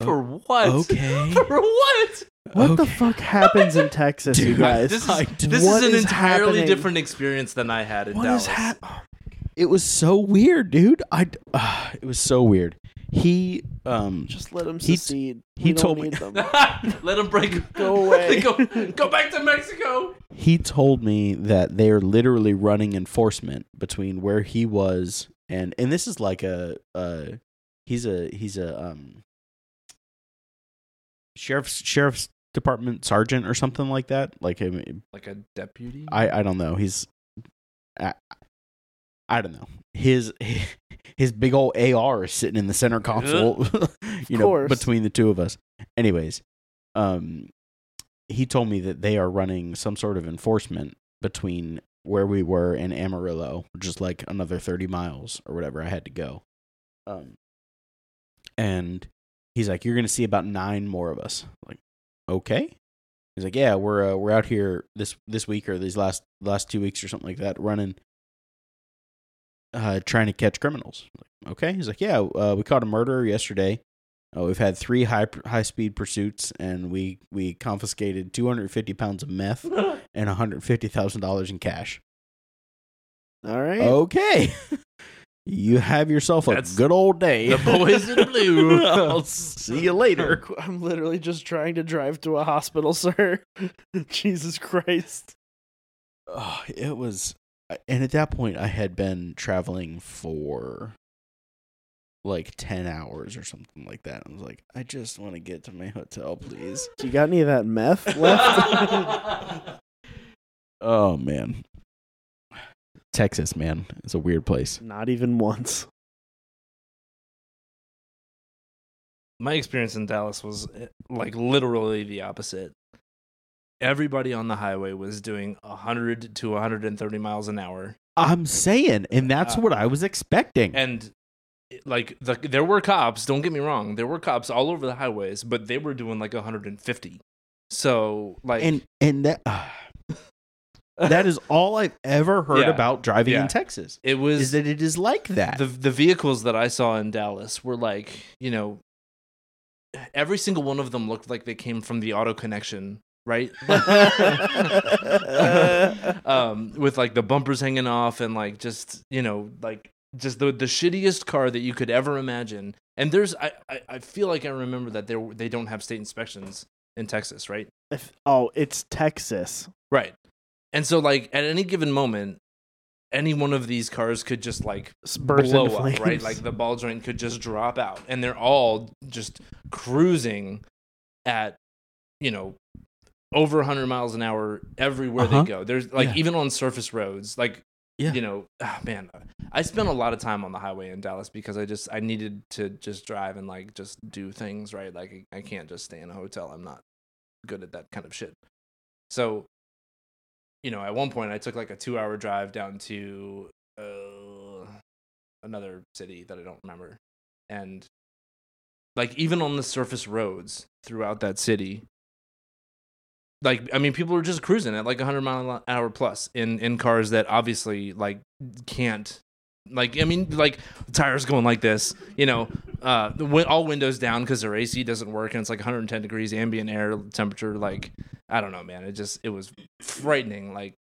A: Oh,
C: for what?
A: okay.
C: for what?
B: What the
A: Okay.
B: fuck happens in Texas, you
A: Dude,
B: guys?
C: This is
A: I-
C: this
B: what
C: is an
B: is
C: entirely
B: happening?
C: different experience than I had in
A: What
C: Dallas.
A: is hap- Oh, It was so weird, dude. I d- ah, it was so weird. He um
B: Just let him
A: He-
B: succeed.
A: he
B: We don't
A: told me-
B: need them.
C: Let him break.
B: Go away.
C: go, go back to Mexico.
A: he told me that they are literally running enforcement between where he was and and this is like a uh he's a he's a um sheriff's sheriff's department sergeant or something like that like I, mean,
C: Like a deputy.
A: I I don't know he's I, I don't know his his big old AR is sitting in the center console you know
B: course.
A: between the two of us anyways um he told me that they are running some sort of enforcement between where we were and Amarillo, which is like another 30 miles or whatever I had to go. Um, and he's like, "You're going to see about nine more of us." I'm like, okay. He's like, "Yeah, we're uh, we're out here this this week or these last last two weeks or something like that, running, uh, trying to catch criminals." I'm like, okay. He's like, "Yeah, uh, we caught a murderer yesterday. Uh, we've had three high high speed pursuits, and we we confiscated 250 pounds of meth and 150 thousand dollars in cash."
B: All right.
C: Oh.
A: Okay. You have yourself a
C: That's
A: good old day.
C: the boys in blue.
A: I'll see you later.
B: I'm literally just trying to drive to a hospital, sir. Jesus Christ.
A: Oh, it was, uh, and at that point, I had been traveling for like 10 hours or something like that. I was like, I just want to get to my hotel, please.
B: You got any of that meth left?
A: Oh, man. Texas, man. It's a weird place.
B: Not even once.
C: my experience in Dallas was eh, like literally the opposite. Everybody on the highway was doing 100 to 130 miles an hour.
A: I'm saying, and that's
C: Uh,
A: what I was expecting.
C: And eh, like the, there were cops, don't get me wrong, there were cops all over the highways, but they were doing like 150. So like
A: and and that uh, that is all I've ever heard
C: Yeah.
A: about driving
C: Yeah.
A: in Texas
C: it was
A: is that it is like that.
C: the the vehicles that I saw in Dallas were like, you know, every single one of them looked like they came from the auto connection, right? um, with like the bumpers hanging off and like just you know like just the the shittiest car that you could ever imagine. And there's I I, I feel like I remember that there they don't have state inspections in Texas, right?
B: If, oh, it's Texas.
C: Right. And so like at any given moment, any one of these cars could just like
B: S- Burst
C: blow
B: into
C: up,
B: flames.
C: right? Like the ball joint could just drop out, and they're all just cruising at, you know, over 100 miles an hour everywhere
A: Uh-huh.
C: they go. There's like
A: Yeah.
C: even on surface roads, like,
A: Yeah.
C: you know, ah, man, I spent a lot of time on the highway in Dallas because I just I needed to just drive and like just do things, right? Like I I can't just stay in a hotel. I'm not good at that kind of shit. So, you know, at one point I took like a two hour drive down to uh, another city that I don't remember. And like even on the surface roads throughout that city, like I mean, people are just cruising at like 100 mile an hour plus in in cars that obviously like can't, like I mean, like tires going like this, you know, uh, the win- all windows down because their AC doesn't work and it's like 110 degrees ambient air temperature. Like I don't know, man. It just it was frightening. Like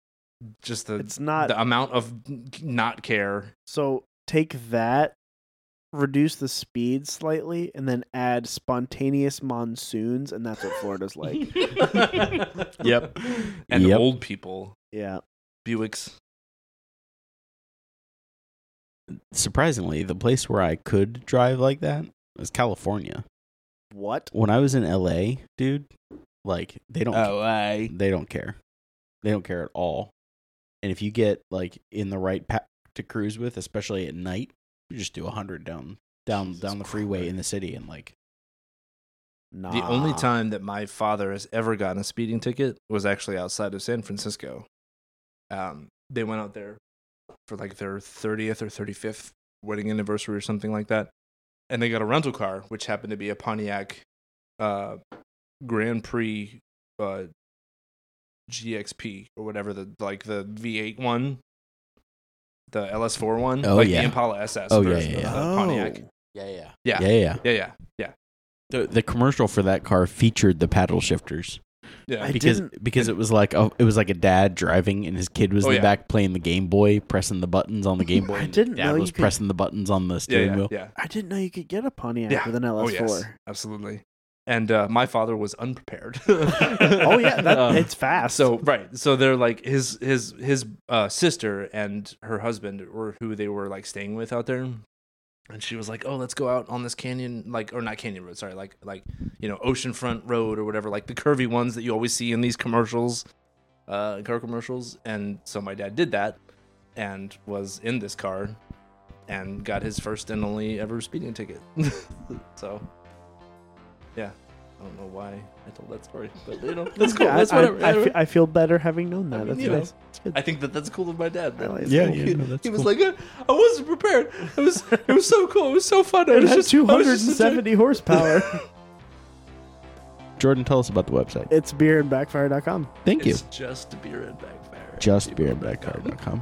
C: just the
B: It's not.
C: the amount of not care.
B: So take that, reduce the speed slightly, and then add spontaneous monsoons, and that's what Florida's like.
A: Yep.
C: And
A: Yep.
C: old people.
B: yeah.
C: Buicks.
A: surprisingly, the place where I could drive like that was California.
B: What?
A: When I was in LA, dude, like they don't
C: I.
A: they don't care. They don't care at all. And if you get like in the right pack to cruise with, especially at night, you just do 100 down down
C: Jesus
A: down the freeway
C: Christ.
A: in the city and like
B: Nah.
C: The only
A: Ah.
C: time that my father has ever gotten a speeding ticket was actually outside of San Francisco. Um, they went out there for like their 30th or 35th wedding anniversary or something like that. And they got a rental car, which happened to be a Pontiac uh, Grand Prix uh, GXP or whatever, the like the V8 one, the LS4 one,
A: Oh,
C: like
A: yeah.
C: the Impala SS
A: Oh, yeah, yeah, Oh.
C: version
A: yeah.
C: of the Pontiac.
B: Oh.
A: yeah, yeah.
C: Yeah.
A: Yeah, yeah.
C: Yeah, yeah.
A: The the commercial for that car featured the paddle shifters
C: Yeah.
B: I
A: because
B: didn't-
A: because it was like a, it was like a dad driving and his kid was
C: Oh,
A: in the
C: yeah.
A: back playing the Game Boy, pressing the buttons on the Game Boy.
B: I
A: and the
B: didn't
A: dad
B: know you
A: was
B: could-
A: pressing the buttons on the
C: yeah,
A: steering
C: yeah,
A: wheel.
C: yeah.
B: I didn't know you could get a Pontiac
C: Yeah.
B: with an LS4.
C: Oh yes, absolutely. And uh, my father was unprepared.
B: oh yeah, that,
C: Um,
B: it's fast.
C: so right, so they're like his his his uh, sister and her husband were who they were like staying with out there, and she was like, "Oh, let's go out on this canyon, like or not canyon road, sorry, like like you know oceanfront road or whatever, like the curvy ones that you always see in these commercials, uh, car commercials." And so my dad did that, and was in this car, and got his first and only ever speeding ticket. so, yeah, I don't know why I told that story, but you know, that's
B: Yeah,
C: cool.
B: I-
C: that's
B: I,
C: whatever.
B: I,
C: I,
B: fe- I feel better having known that.
C: mean,
B: That's
C: you know,
B: nice. It's good.
C: I think that that's cool of my dad.
B: I like
C: That's
B: that.
C: cool.
B: Yeah,
C: he,
B: no,
D: that's
C: he was
D: cool.
C: like, "Yeah, I wasn't prepared. It was, it was so cool. It was so fun. I
B: it
C: was
B: has
C: just, I was just such a-
B: 270 horsepower.
A: Jordan, tell us about the website.
B: it's beerandbackfire.com.
A: Thank you.
C: It's just beer and backfire.
A: Just beerandbackfire.com.